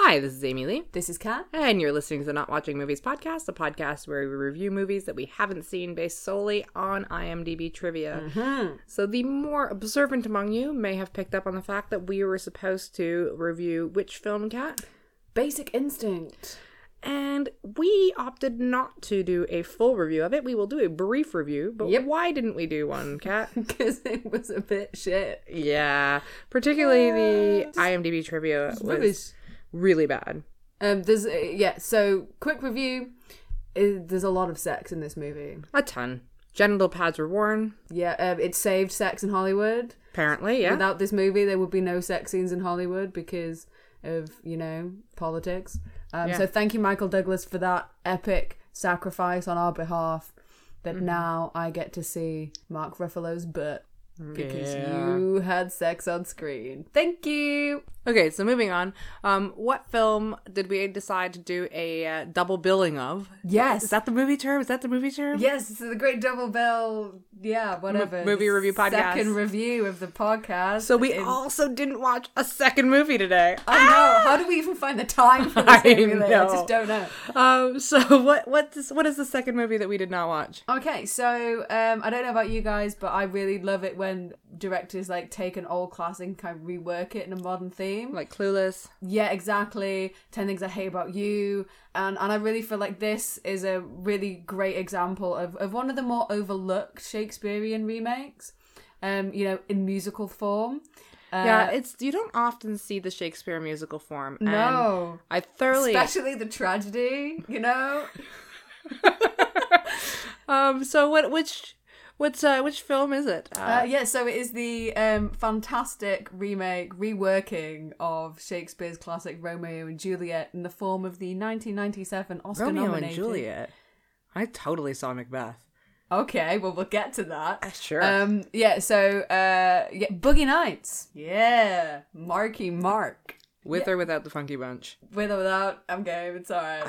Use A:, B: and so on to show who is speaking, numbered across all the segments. A: Hi, this is Amy Lee,
B: This is Kat.
A: and you're listening to the Not Watching Movies podcast, a podcast where we review movies that we haven't seen based solely on IMDb trivia. So, the more observant among you may have picked up on the fact that we were supposed to review which film, Cat,
B: Basic Instinct.
A: and we opted not to do a full review of it. We will do a brief review, but
B: Yep.
A: why didn't we do one, Cat?
B: Because it was a bit shit.
A: yeah, particularly the IMDb trivia was really bad.
B: Um, there's, uh, yeah, so quick review. Uh, there's a lot of sex in this movie.
A: A ton. Genital pads were worn,
B: Yeah, um, it saved sex in Hollywood.
A: apparently, yeah.
B: Without this movie, there would be no sex scenes in Hollywood because of, you know, politics. Um, So thank you, Michael Douglas, for that epic sacrifice on our behalf that now I get to see Mark Ruffalo's butt because
A: Yeah.
B: you had sex on screen. Thank you.
A: Okay, so moving on. Um, what film did we decide to do a uh, double billing of?
B: Yes.
A: Is that the movie term? Is that the movie term?
B: Yes, the great double bell, yeah, whatever.
A: movie review podcast.
B: Second review of the podcast.
A: So we also didn't watch a second movie today.
B: I know. How do we even find the time for
A: Ah! I
B: this? movie? Like, I,
A: know.
B: just don't know.
A: Um, so what what is what is the second movie that we did not watch?
B: Okay, so um, I don't know about you guys, but I really love it when directors like take an old classic and kind of rework it in a modern theme.
A: Like Clueless.
B: Yeah, exactly. Ten things I hate about you, and and I really feel like this is a really great example of of one of the more overlooked Shakespearean remakes. Um, you know, in musical form. Uh,
A: yeah, it's you don't often see the Shakespeare musical form. and
B: No.
A: I thoroughly
B: Um, Especially the tragedy, you know?
A: um. So what which what's uh which film is it? Uh,
B: Uh, yeah, so it is the um, fantastic remake, reworking of Shakespeare's classic Romeo and Juliet in the form of the 1997 Oscar
A: Romeo and
B: nominated.
A: Juliet. I totally saw Macbeth.
B: Okay, well, we'll get to that.
A: Sure.
B: Um, yeah, so uh, yeah, Boogie Nights. Yeah, Marky Mark.
A: With or without the Funky Bunch.
B: With or without, I'm game, it's alright.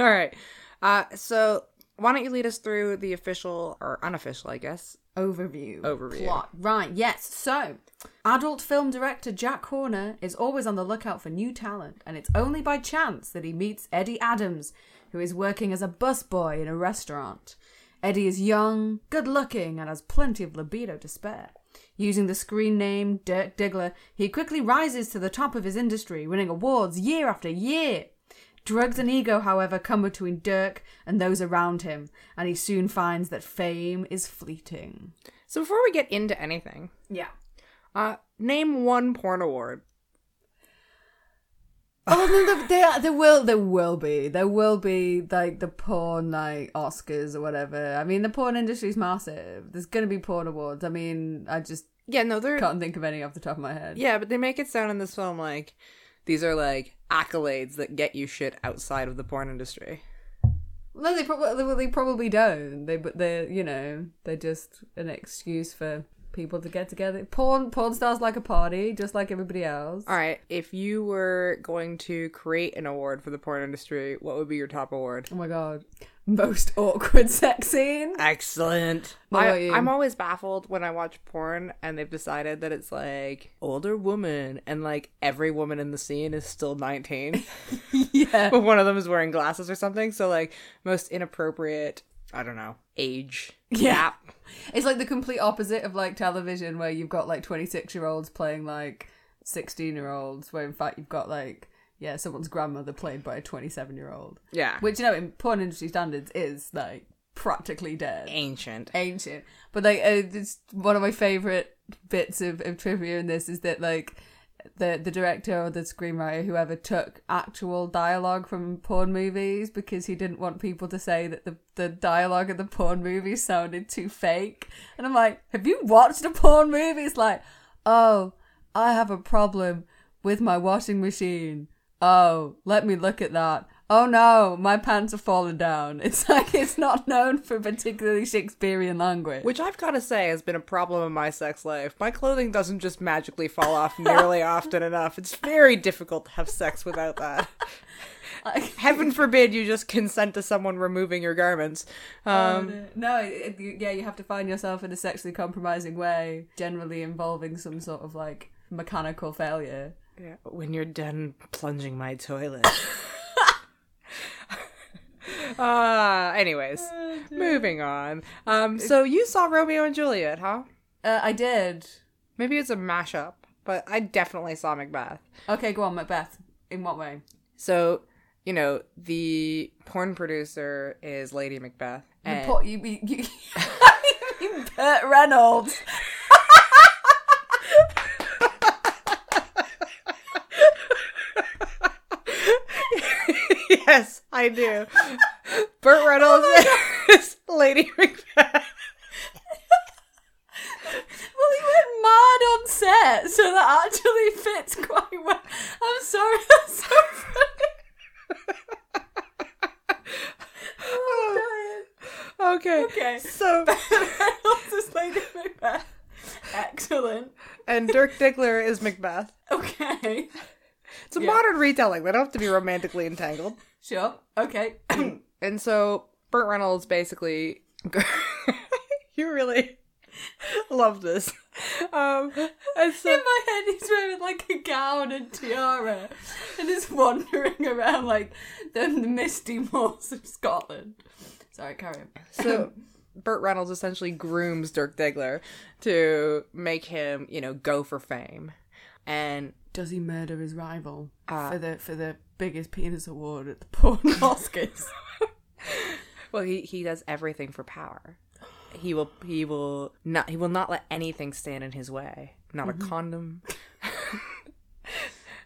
A: All right. Uh, so why don't you lead us through the official or unofficial, I guess?
B: overview.
A: Overview.
B: Plot. Right, yes. So, adult film director Jack Horner is always on the lookout for new talent, and it's only by chance that he meets Eddie Adams, who is working as a busboy in a restaurant. Eddie is young, good looking, and has plenty of libido to spare. Using the screen name Dirk Diggler, he quickly rises to the top of his industry, winning awards year after year. Drugs and ego, however, come between Dirk and those around him, and he soon finds that fame is fleeting.
A: So before we get into anything,
B: Yeah.
A: uh, name one porn award.
B: Oh no, there, there, there will there will be there will be like the porn like Oscars or whatever. I mean, the porn industry's massive. There's gonna be porn awards. I mean, I just
A: Yeah, no, they're
B: can't think of any off the top of my head.
A: yeah, but they make it sound in this film like these are like accolades that get you shit outside of the porn industry.
B: No, they probably well, they probably don't. They but they are you know they're just an excuse for people to get together. Porn porn stars like a party, just like everybody else.
A: All right, if you were going to create an award for the porn industry, what would be your top award?
B: Oh my god, most awkward sex scene.
A: Excellent.
B: What about
A: I,
B: you?
A: I'm always baffled when I watch porn and they've decided that it's like older woman and like every woman in the scene is still 19,
B: yeah.
A: but one of them is wearing glasses or something. So like most inappropriate, I don't know, age.
B: Yeah. It's like the complete opposite of like television where you've got like 26 year olds playing like 16 year olds, where in fact you've got like, yeah, someone's grandmother played by a 27 year old.
A: Yeah.
B: Which, you know, in porn industry standards is like practically
A: Eh.
B: dead.
A: Ancient.
B: Ancient. But like, uh, it's one of my favourite bits of, of trivia in this is that like, the, the director or the screenwriter whoever took actual dialogue from porn movies because he didn't want people to say that the, the dialogue in the porn movie sounded too fake. And I'm like, have you watched a porn movie? It's like, oh, I have a problem with my washing machine. Oh, let me look at that. Oh no, my pants are falling down. It's like it's not known for particularly Shakespearean language.
A: Which I've got to say has been a problem in my sex life. My clothing doesn't just magically fall off nearly often enough. It's very difficult to have sex without that. Heaven forbid you just consent to someone removing your garments.
B: Oh,
A: Um,
B: no, it, you- yeah, you have to find yourself in a sexually compromising way, generally involving some sort of like mechanical failure.
A: Yeah. When you're done plunging my toilet. uh anyways
B: Oh,
A: moving on um so you saw romeo and juliet huh
B: Uh, I did.
A: maybe it's a mashup but i definitely saw macbeth
B: Okay, go on, Macbeth. In what way?
A: so you know the porn producer is lady macbeth
B: The
A: and
B: por- you, you, you, you mean Burt Reynolds.
A: yes i do
B: Oh
A: burt reynolds is lady macbeth
B: Well, he went mad on set, so that actually fits quite well. I'm sorry, that's so funny.
A: okay
B: Oh, Okay.
A: so
B: Reynolds is Lady Macbeth. Excellent.
A: and dirk diggler is macbeth
B: Okay.
A: it's a
B: Yeah.
A: modern retelling they don't have to be romantically entangled
B: Sure. Okay.
A: And so Burt Reynolds basically you really love this. Um and so
B: In my head, he's wearing like a gown and tiara, and is wandering around like the misty moors of Scotland. Sorry, carry on.
A: so Burt Reynolds essentially grooms Dirk Diggler to make him, you know, go for fame. And
B: Does he murder his rival for the for the biggest penis award at the porn Oscars?
A: well he he does everything for power. He will he will not he will not let anything stand in his way. Not a condom.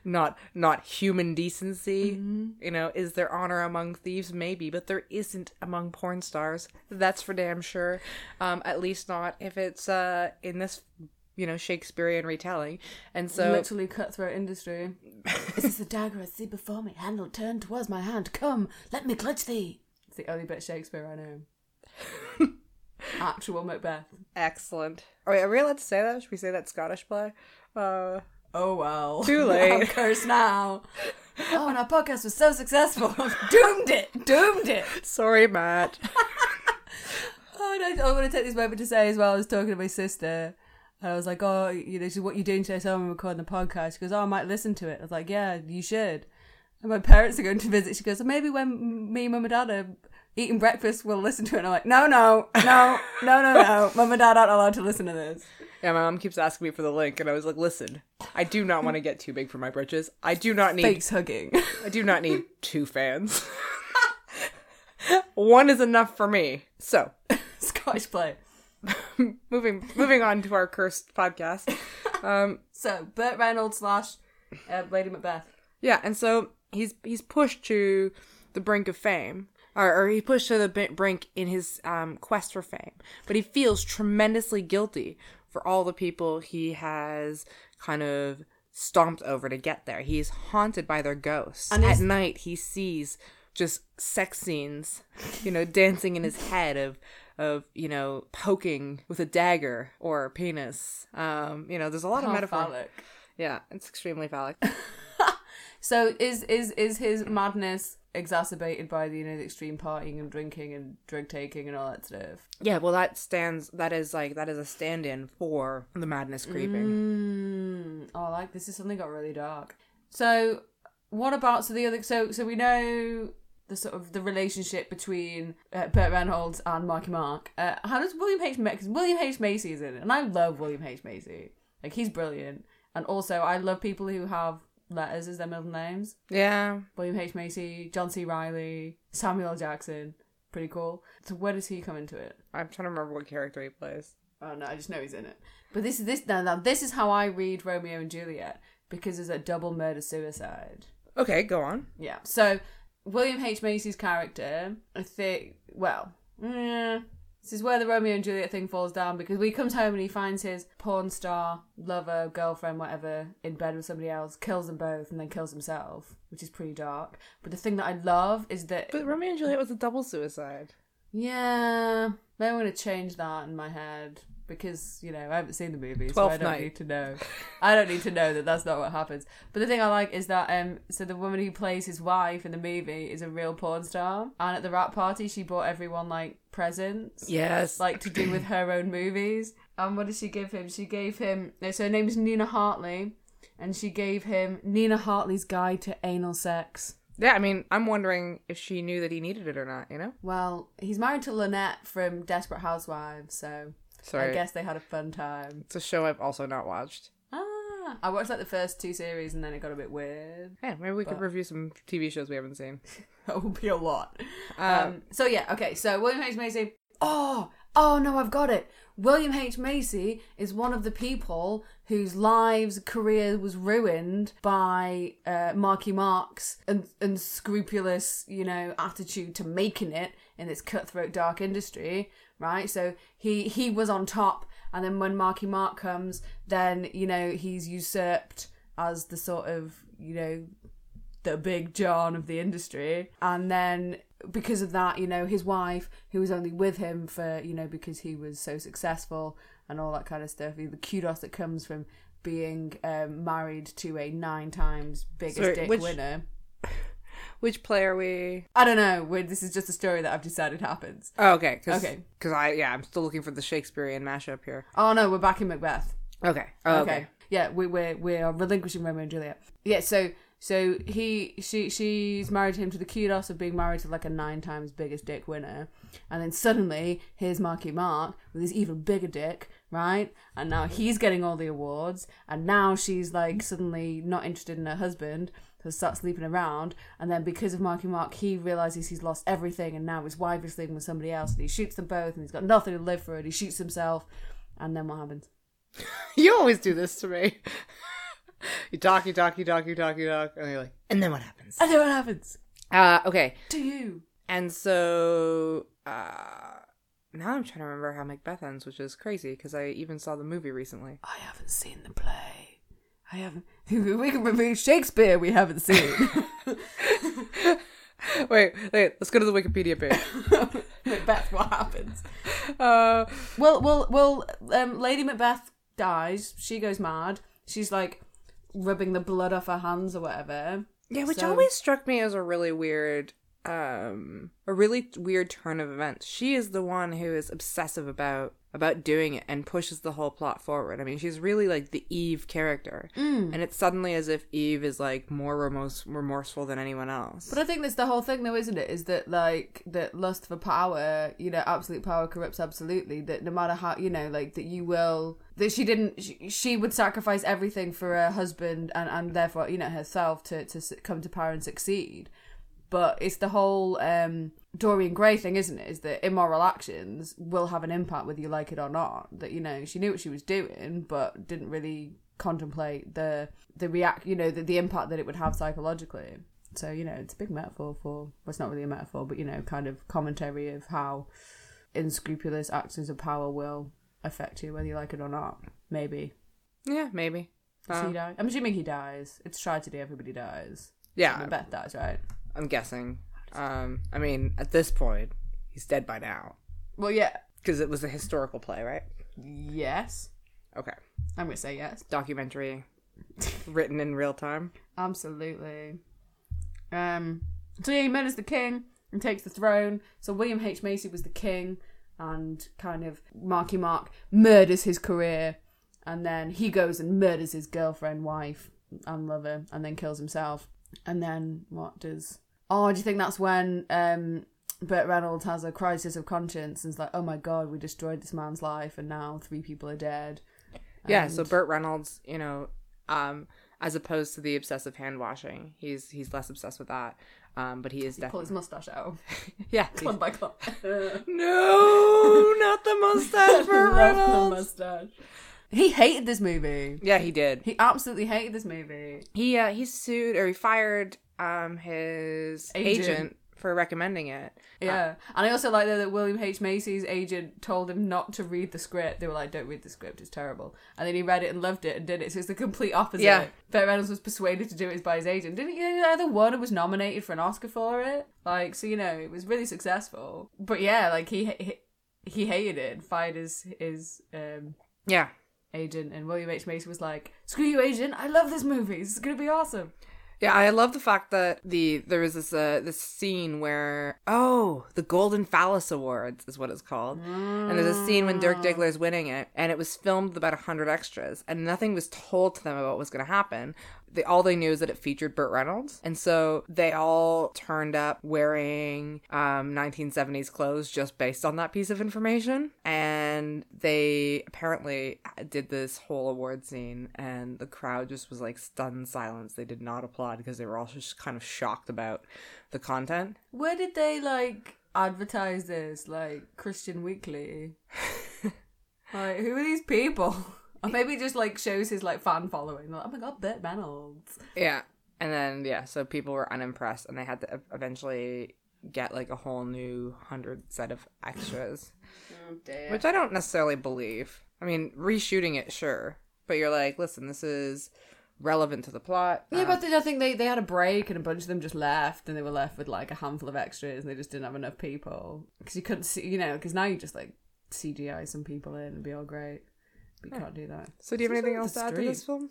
A: not not human decency. You know, is there honor among thieves? Maybe, but there isn't among porn stars. That's for damn sure. Um, at least not if it's uh in this you know Shakespearean retelling. And so
B: Literally cutthroat industry. this is the dagger I see before me. Handle turned towards my hand. Come, let me clutch thee. It's the only bit of Shakespeare I know. Actual Macbeth.
A: excellent. Are we, are we allowed to say that? Should we say that Scottish play? Uh,
B: Oh well.
A: Too late.
B: I'm cursed now. Oh, and our podcast was so successful. Doomed it. Doomed it.
A: sorry, Matt.
B: Oh, and I, I want to take this moment to say as well, I was talking to my sister, and I was like, oh, you know, she said, what are you doing today? So I'm recording the podcast. She goes, oh, I might listen to it. I was like, yeah, you should. And my parents are going to visit. She goes, well, maybe when me, mum and dad are eating breakfast, we'll listen to it. And I'm like, no, no, no, no, no, no. mum and dad aren't allowed to listen to this.
A: Yeah, my mom keeps asking me for the link, and I was like, "Listen, I do not want to get too big for my britches. I do not need,
B: Face hugging.
A: I do not need two fans. One is enough for me." So,
B: Scottish play.
A: moving moving on to our cursed podcast.
B: So, Burt Reynolds slash uh, Lady Macbeth.
A: Yeah, and so he's he's pushed to the brink of fame, or, or he pushed to the b- brink in his um, quest for fame. But he feels tremendously guilty for all the people he has kind of stomped over to get there. He is haunted by their ghosts.
B: And
A: At
B: is-
A: night, he sees just sex scenes, you know, dancing in his head of. Of you know poking with a dagger or a penis, um, you know there's a lot of metaphor.
B: Phallic.
A: Yeah, it's extremely phallic.
B: So is is is his madness exacerbated by the you know the extreme partying and drinking and drug taking and all that stuff?
A: Yeah, well, that stands. That is like that is a stand-in for the madness creeping.
B: Mm, oh, like this is something got really dark. So what about so the other so so we know the sort of the relationship between uh, Burt Reynolds and Marky Mark. Uh, how does William H Macy? William H Macy is in it, and I love William H Macy. Like he's brilliant, and also I love people who have letters as their middle names.
A: Yeah,
B: William H. Macy, John C. Riley, Samuel L. Jackson. Pretty cool. So where does he come into it?
A: I'm trying to remember what character he plays.
B: Oh no, I just know he's in it. But this is this now, now this is how I read Romeo and Juliet because there's a double murder suicide.
A: Okay, go on.
B: Yeah. So William H. Macy's character, I think well, eh, this is where the Romeo and Juliet thing falls down because when he comes home and he finds his porn star, lover, girlfriend, whatever, in bed with somebody else, kills them both and then kills himself, which is pretty dark. But the thing that I love is that
A: But Romeo and Juliet was a double suicide.
B: Yeah, maybe I'm gonna change that in my head because you know I haven't seen the movie, so I
A: Twelfth
B: don't
A: Night.
B: need to know. I don't need to know that that's not what happens. But the thing I like is that um, so the woman who plays his wife in the movie is a real porn star, and at the rap party she bought everyone like presents,
A: Yes, like
B: like to do with uh, her own movies. And what did she give him? She gave him. no, So her name is Nina Hartley, and she gave him Nina Hartley's Guide to Anal Sex.
A: Yeah, I mean, I'm wondering if she knew that he needed it or not, you know?
B: Well, he's married to Lynette from Desperate Housewives, so
A: Sorry.
B: I guess they had a fun time.
A: It's a show I've also not watched.
B: Ah, I watched like the first two series and then it got a bit weird.
A: Yeah, maybe we could
B: But-
A: review some TV shows we haven't seen.
B: That would be a lot.
A: Uh,
B: Um, so yeah, okay. So William H Macy. Oh, oh no, I've got it. William H Macy is one of the people whose lives career was ruined by uh, Marky Mark's un- unscrupulous, you know, attitude to making it in this cutthroat dark industry, right? So he he was on top, and then when Marky Mark comes, then you know he's usurped as the sort of you know the big John of the industry. And then because of that, you know, his wife, who was only with him for, you know, because he was so successful and all that kind of stuff, the kudos that comes from being um, married to a nine times biggest
A: Sorry,
B: dick
A: which-
B: winner.
A: which play are we?
B: I don't know. We're, this is just a story that I've decided happens.
A: Oh, okay. Cause,
B: Okay.
A: Because I, yeah, I'm still looking for the Shakespearean mashup here.
B: Oh no, we're back in Macbeth.
A: Okay. Oh, okay.
B: okay. Yeah, we we we are relinquishing Romeo and Juliet. Yeah, so so he she she's married him to the kudos of being married to like a nine times biggest dick winner, and then suddenly here's Marky Mark with his even bigger dick, right? And now he's getting all the awards, and now she's like suddenly not interested in her husband. So starts sleeping around, and then because of Marky Mark, he realizes he's lost everything, and now his wife is sleeping with somebody else, and he shoots them both, and he's got nothing to live for, and he shoots himself, and then what happens?
A: You always do this to me. you talk, you talk, you talk, you talk, you talk, and you're like, and then what happens?
B: And then what happens?
A: Uh, okay.
B: to you.
A: And so uh, now I'm trying to remember how Macbeth ends, which is crazy because I even saw the movie recently.
B: I haven't seen the play. I haven't. We can review Shakespeare. We haven't seen.
A: Wait, wait. Let's go to the Wikipedia page.
B: Macbeth. What happens?
A: Uh,
B: Well, well, well. Um, Lady Macbeth dies. She goes mad. She's like rubbing the blood off her hands or whatever.
A: yeah, which
B: So-
A: always struck me as a really weird, um, a really weird turn of events. She is the one who is obsessive about about doing it and pushes the whole plot forward. I mean, she's really like the Eve character,
B: Mm.
A: and it's suddenly as if Eve is like more remorse- remorseful than anyone else.
B: But I think that's the whole thing, though, isn't it? Is that like that lust for power? You know, absolute power corrupts absolutely. That no matter how you know, like that you will. That she didn't. She, she would sacrifice everything for her husband and and therefore you know herself to to s- come to power and succeed. But it's the whole um, Dorian Gray thing, isn't it? Is that immoral actions will have an impact whether you like it or not. That you know she knew what she was doing, but didn't really contemplate the the react. You know the, the impact that it would have psychologically. So you know it's a big metaphor for. Well, it's not really a metaphor, but you know, kind of commentary of how unscrupulous actions of power will affect you whether you like it or not. Maybe.
A: yeah, maybe.
B: Does
A: Uh.
B: he die? I'm assuming he dies. It's tragedy. Everybody dies.
A: Yeah,
B: And Beth dies, right?
A: I'm guessing. Um, I mean, at this point, he's dead by now
B: Well, yeah.
A: because it was a historical play, right?
B: Yes.
A: Okay,
B: I'm gonna say yes.
A: documentary written in real time.
B: Absolutely. Um, so yeah, he murders the king and takes the throne. So William H Macy was the king, and kind of Marky Mark murders his career, and then he goes and murders his girlfriend, wife, and lover, and then kills himself. And then what does? Oh, do you think that's when um, Burt Reynolds has a crisis of conscience and is like, "Oh my god, we destroyed this man's life, and now three people are dead."
A: Yeah, so Burt Reynolds, you know, um, as opposed to the obsessive hand washing, he's he's less obsessed with that. Um, but he is
B: Pull
A: definitely
B: his mustache out,
A: yeah. he's-
B: clump by clump.
A: no, not the mustache, Burt Reynolds.
B: mustache. He hated this movie.
A: Yeah, he did.
B: He absolutely hated this movie.
A: He uh, he sued or he fired um his
B: Agent.
A: agent for recommending it.
B: Yeah. and I also like though that William H. Macy's agent told him not to read the script. They were like, don't read the script, it's terrible. And then he read it and loved it and did it. So it's the complete opposite.
A: Yeah.
B: Burt Reynolds was persuaded to do it by his agent. Didn't he? Either one and was nominated for an Oscar for it. Like, so, you know, it was really successful. But yeah, like, he he, he hated it and fired his, his um,
A: Yeah,
B: agent. And William H. Macy was like, screw you, agent, I love this movie. This is going to be awesome.
A: Yeah, I love the fact that the there was this uh, this scene where oh the Golden Phallus Awards is what it's called, and there's a scene when Dirk Diggler is winning it, and it was filmed with about hundred extras, and nothing was told to them about what was going to happen. They, all they knew is that it featured Burt Reynolds, and so they all turned up wearing um, 1970s clothes just based on that piece of information, and they apparently did this whole award scene, and the crowd just was like stunned silence. They did not applaud because they were all just kind of shocked about the content.
B: Where did they like advertise this? Like Christian Weekly? like, who are these people? Or maybe it just like shows his like fan following. Like, oh my god, Burt Reynolds.
A: Yeah. And then yeah, so people were unimpressed and they had to ev- eventually get like a whole new 100 set of extras,
B: Oh dear.
A: which I don't necessarily believe. I mean, reshooting it sure, but you're like, listen, this is relevant to the plot.
B: yeah, but I think they, they had a break and a bunch of them just left and they were left with like a handful of extras and they just didn't have enough people because you couldn't see you know because now you just like CGI some people in and be all great, but you can't do that.
A: So do you have anything else
B: Sometimes
A: to
B: the
A: add to this film?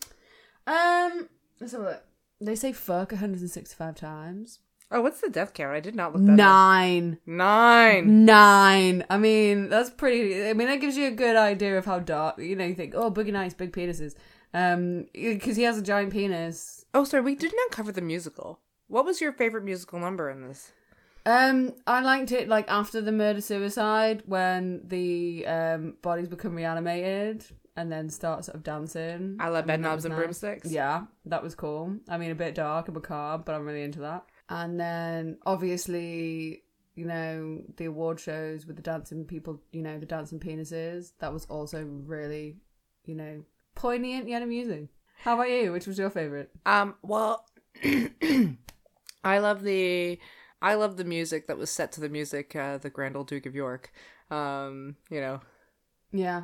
B: Um, let's have a look. They say fuck 165 times.
A: Oh, what's the death count? I did not look that up.
B: Nine.
A: Nine.
B: Nine. I mean, that's pretty. I mean, that gives you a good idea of how dark. You know, you think, oh, Boogie Nights, big penises. Um, because he has a giant penis.
A: Oh, sorry, we didn't uncover the musical. What was your favorite musical number in this?
B: Um, I liked it like after the murder suicide when the um bodies become reanimated and then start sort of dancing.
A: I love
B: mean, that
A: Bedknobs
B: was
A: and
B: nice.
A: Broomsticks.
B: Yeah, that was cool. I mean, a bit dark and macabre, but I'm really into that. And then obviously, you know, the award shows with the dancing people, you know, the dancing penises. That was also really, you know, poignant yet amusing. How about you? Which was your favorite?
A: Um, well, I love the I love the music that was set to the music uh, the Grand Old Duke of York. Um, you know,
B: Yeah,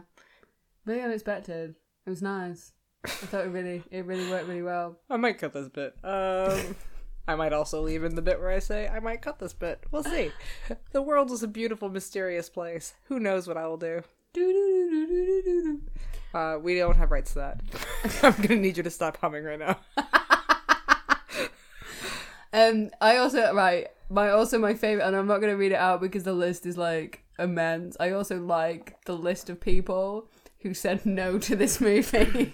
B: really unexpected. It was nice. I thought it really, it really worked really well.
A: I might cut this bit. Um, I might also leave in the bit where I say I might cut this bit. We'll see. the world is a beautiful, mysterious place. Who knows what I will do?
B: Doo-doo-doo-doo-doo-doo-doo.
A: Uh, we don't have rights to that. I'm gonna need you to stop humming right now.
B: Um, I also right my also my favorite, and I'm not gonna read it out because the list is like immense. I also like the list of people who said no to this movie.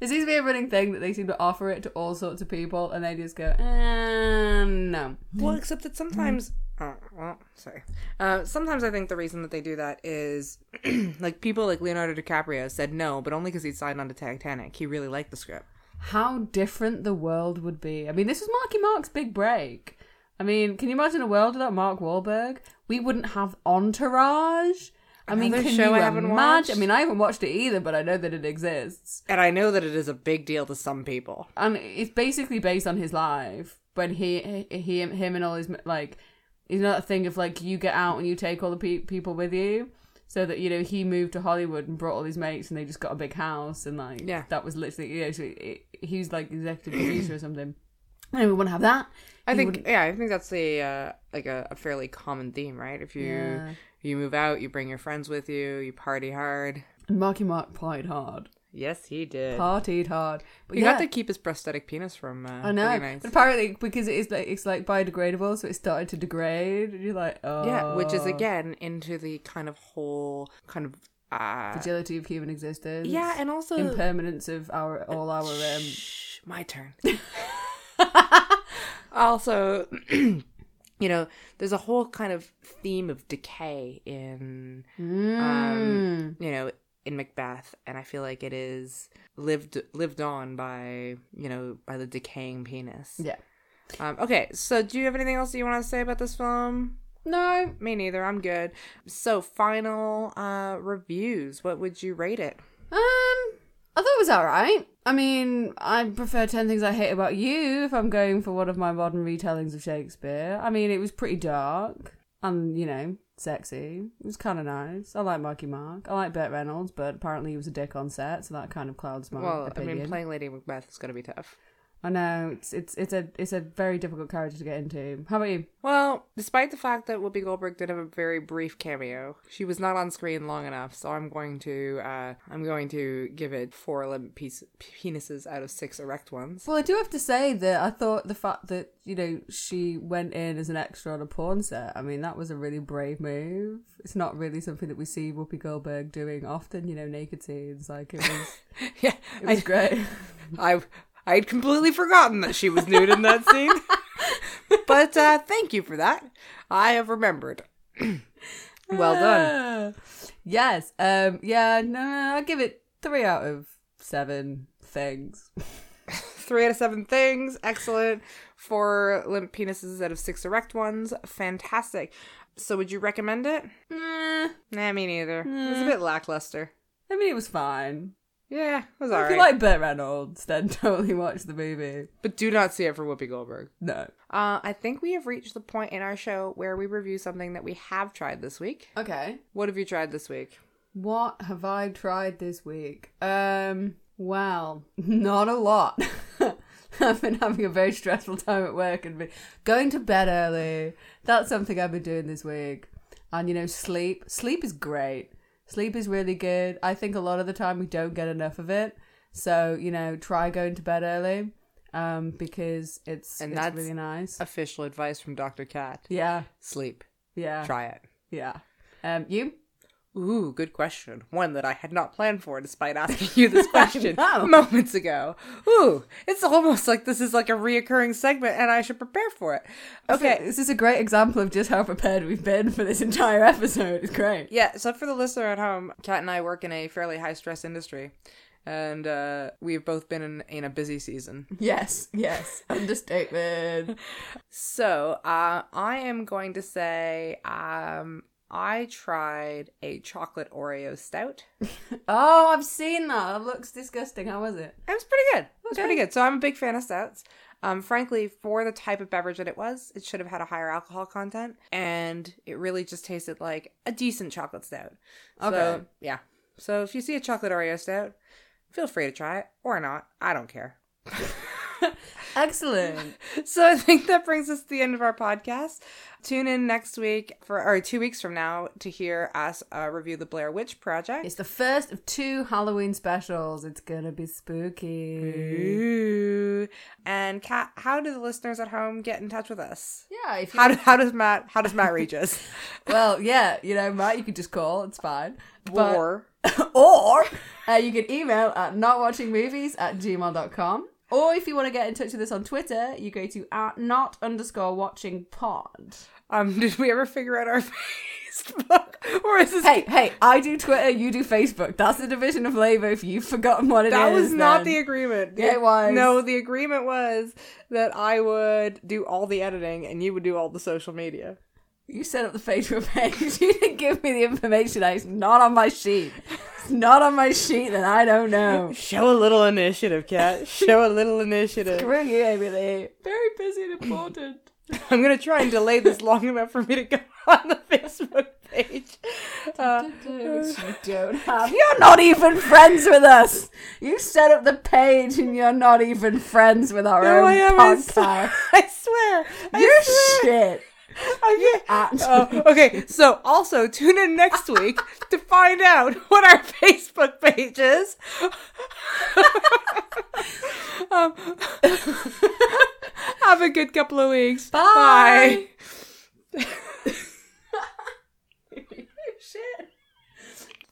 B: there seems to be a running thing that they seem to offer it to all sorts of people, and they just go, uh, no.
A: Well, except that sometimes, oh, well, sorry. Uh, sometimes I think the reason that they do that is, like, people like Leonardo DiCaprio said no, but only because he signed on to Titanic. He really liked the script.
B: How different the world would be. I mean, this was Marky Mark's big break. I mean, can you imagine a world without Mark Wahlberg? We wouldn't have Entourage. I mean,
A: Another
B: can
A: show
B: you
A: I haven't
B: imagine?
A: watched.
B: I mean, I haven't watched it either, but I know that it exists.
A: And I know that it is a big deal to some people.
B: and it's basically based on his life when he he him and all his like you know that thing of like you get out and you take all the pe- people with you so that you know he moved to Hollywood and brought all his mates and they just got a big house and like
A: Yeah.
B: that was literally you know so it, he was like executive producer or something and we want to have that
A: I
B: He
A: think,
B: wouldn't-
A: yeah, I think that's a uh, like a, a fairly common theme, right? If you
B: Yeah.
A: you move out, you bring your friends with you, you party hard.
B: and Marky Mark partied hard
A: Yes, he did.
B: partied hard but
A: You
B: yeah.
A: got to keep his prosthetic penis from. Uh,
B: I know,
A: Boogie Nights.
B: but apparently because it is like it's like biodegradable, so it started to degrade, and you're like, oh,
A: Yeah, which is again into the kind of whole kind of uh,
B: fragility of human existence.
A: Yeah, and also
B: impermanence of our all our um
A: Shh, my turn. also, you know, there's a whole kind of theme of decay in, um, you know, in Macbeth, and I feel like it is lived lived on by you know by the decaying penis.
B: yeah
A: Um, okay, so do you have anything else that you want to say about this film?
B: no um,
A: Me neither. I'm good. So final uh, reviews. What would you rate it?
B: um i thought it was all right i mean i prefer 10 things i hate about you if i'm going for one of my modern retellings of shakespeare i mean it was pretty dark and you know sexy it was kind of nice i like marky mark i like burt reynolds but apparently he was a dick on set so that kind of clouds my
A: Well, I
B: Um, opinion
A: mean, playing Lady Macbeth is going to be tough.
B: I know it's it's it's a it's a very difficult character to get into. How about you?
A: Well, despite the fact that Whoopi Goldberg did have a very brief cameo, she was not on screen long enough. So I'm going to uh, I'm going to give it four limp piece, penises out of six erect ones.
B: Well, I do have to say that I thought the fact that you know she went in as an extra on a porn set. I mean, that was a really brave move. It's not really something that we see Whoopi Goldberg doing often. You know, naked scenes like it was.
A: Yeah,
B: It was great.
A: I I I'd completely forgotten that she was nude in that scene. but uh, thank you for that. I have remembered. well done.
B: yes. Um. Yeah. No. no, I give it three out of seven things.
A: Three out of seven things. Excellent. Four limp penises out of six erect ones. Fantastic. So, would you recommend it?
B: Nah,
A: Nah, me neither. It's a bit lackluster.
B: I mean, it was fine.
A: Yeah, it was
B: If
A: alright.
B: you like Burt Reynolds, then totally watch the movie.
A: but do not see it for Whoopi Goldberg.
B: No.
A: Uh, I think we have reached the point in our show where we review something that we have tried this week.
B: Okay.
A: What have you tried this week?
B: What have I tried this week? Um, well, not a lot. I've been having a very stressful time at work and been going to bed early. That's something I've been doing this week. And you know, sleep. Sleep is great. Sleep is really good. I think a lot of the time we don't get enough of it. So, you know, try going to bed early um because it's
A: And
B: it's
A: that's
B: really nice.
A: Official advice from Dr. Cat.
B: yeah.
A: Sleep.
B: Yeah.
A: Try it.
B: Yeah. Um you
A: Ooh, good question. One that I had not planned for despite asking you this question
B: No.
A: moments ago. Ooh, it's almost like this is like a reoccurring segment and I should prepare for it. Okay.
B: This is a great example of just how prepared we've been for this entire episode. It's great.
A: Yeah, so for the listener at home, Kat and I work in a fairly high stress industry. And uh, we've both been in, in a busy season.
B: Yes, yes. Understatement.
A: So uh, I am going to say um, I tried a chocolate Oreo stout.
B: oh, I've seen that. That looks disgusting. How was it?
A: It was pretty good. It was
B: Okay.
A: pretty good. So I'm a big fan of stouts. Um, frankly, for the type of beverage that it was, it should have had a higher alcohol content, and it really just tasted like a decent chocolate stout. So,
B: Okay.
A: yeah. So if you see a chocolate Oreo stout, feel free to try it or not. I don't care.
B: Excellent.
A: So I think that brings us to the end of our podcast. Tune in next week for or two weeks from now to hear us uh, review the Blair Witch Project.
B: it's the first of two Halloween specials. It's gonna be spooky.
A: Ooh. And Kat, how do the listeners at home get in touch with us?
B: Yeah, if you
A: How, do, how does Matt how does Matt reach us?
B: well, yeah, you know, Matt, you could just call, it's fine. But-
A: or
B: or uh, you can email at notwatchingmovies at gmail.com. Or if you want to get in touch with us on Twitter, you go to at not underscore watching pod.
A: um, did we ever figure out our Facebook? Or is this
B: Hey, hey, I do Twitter, you do Facebook. That's the division of labor if you've forgotten what it is.
A: that was not
B: then.
A: the agreement.
B: Yeah, it was.
A: No, the agreement was that I would do all the editing and you would do all the social media.
B: You set up the Facebook page. You didn't give me the information. It's not on my sheet. It's not on my sheet, then I don't know.
A: Show a little initiative, Kat. Show a little initiative.
B: Screw you, Emily. Very busy and important.
A: I'm gonna try and delay this long enough for me to go on the Facebook page. Uh,
B: Which you don't have. You're not even friends with us. You set up the page and you're not even friends with our
A: no,
B: own
A: I am. I s-
B: podcast.
A: I swear. I
B: You're
A: swear.
B: shit.
A: Okay.
B: At-
A: Oh, okay, so also tune in next week to find out what our Facebook page is. um, have a good couple of weeks.
B: Bye.
A: Bye.
B: shit.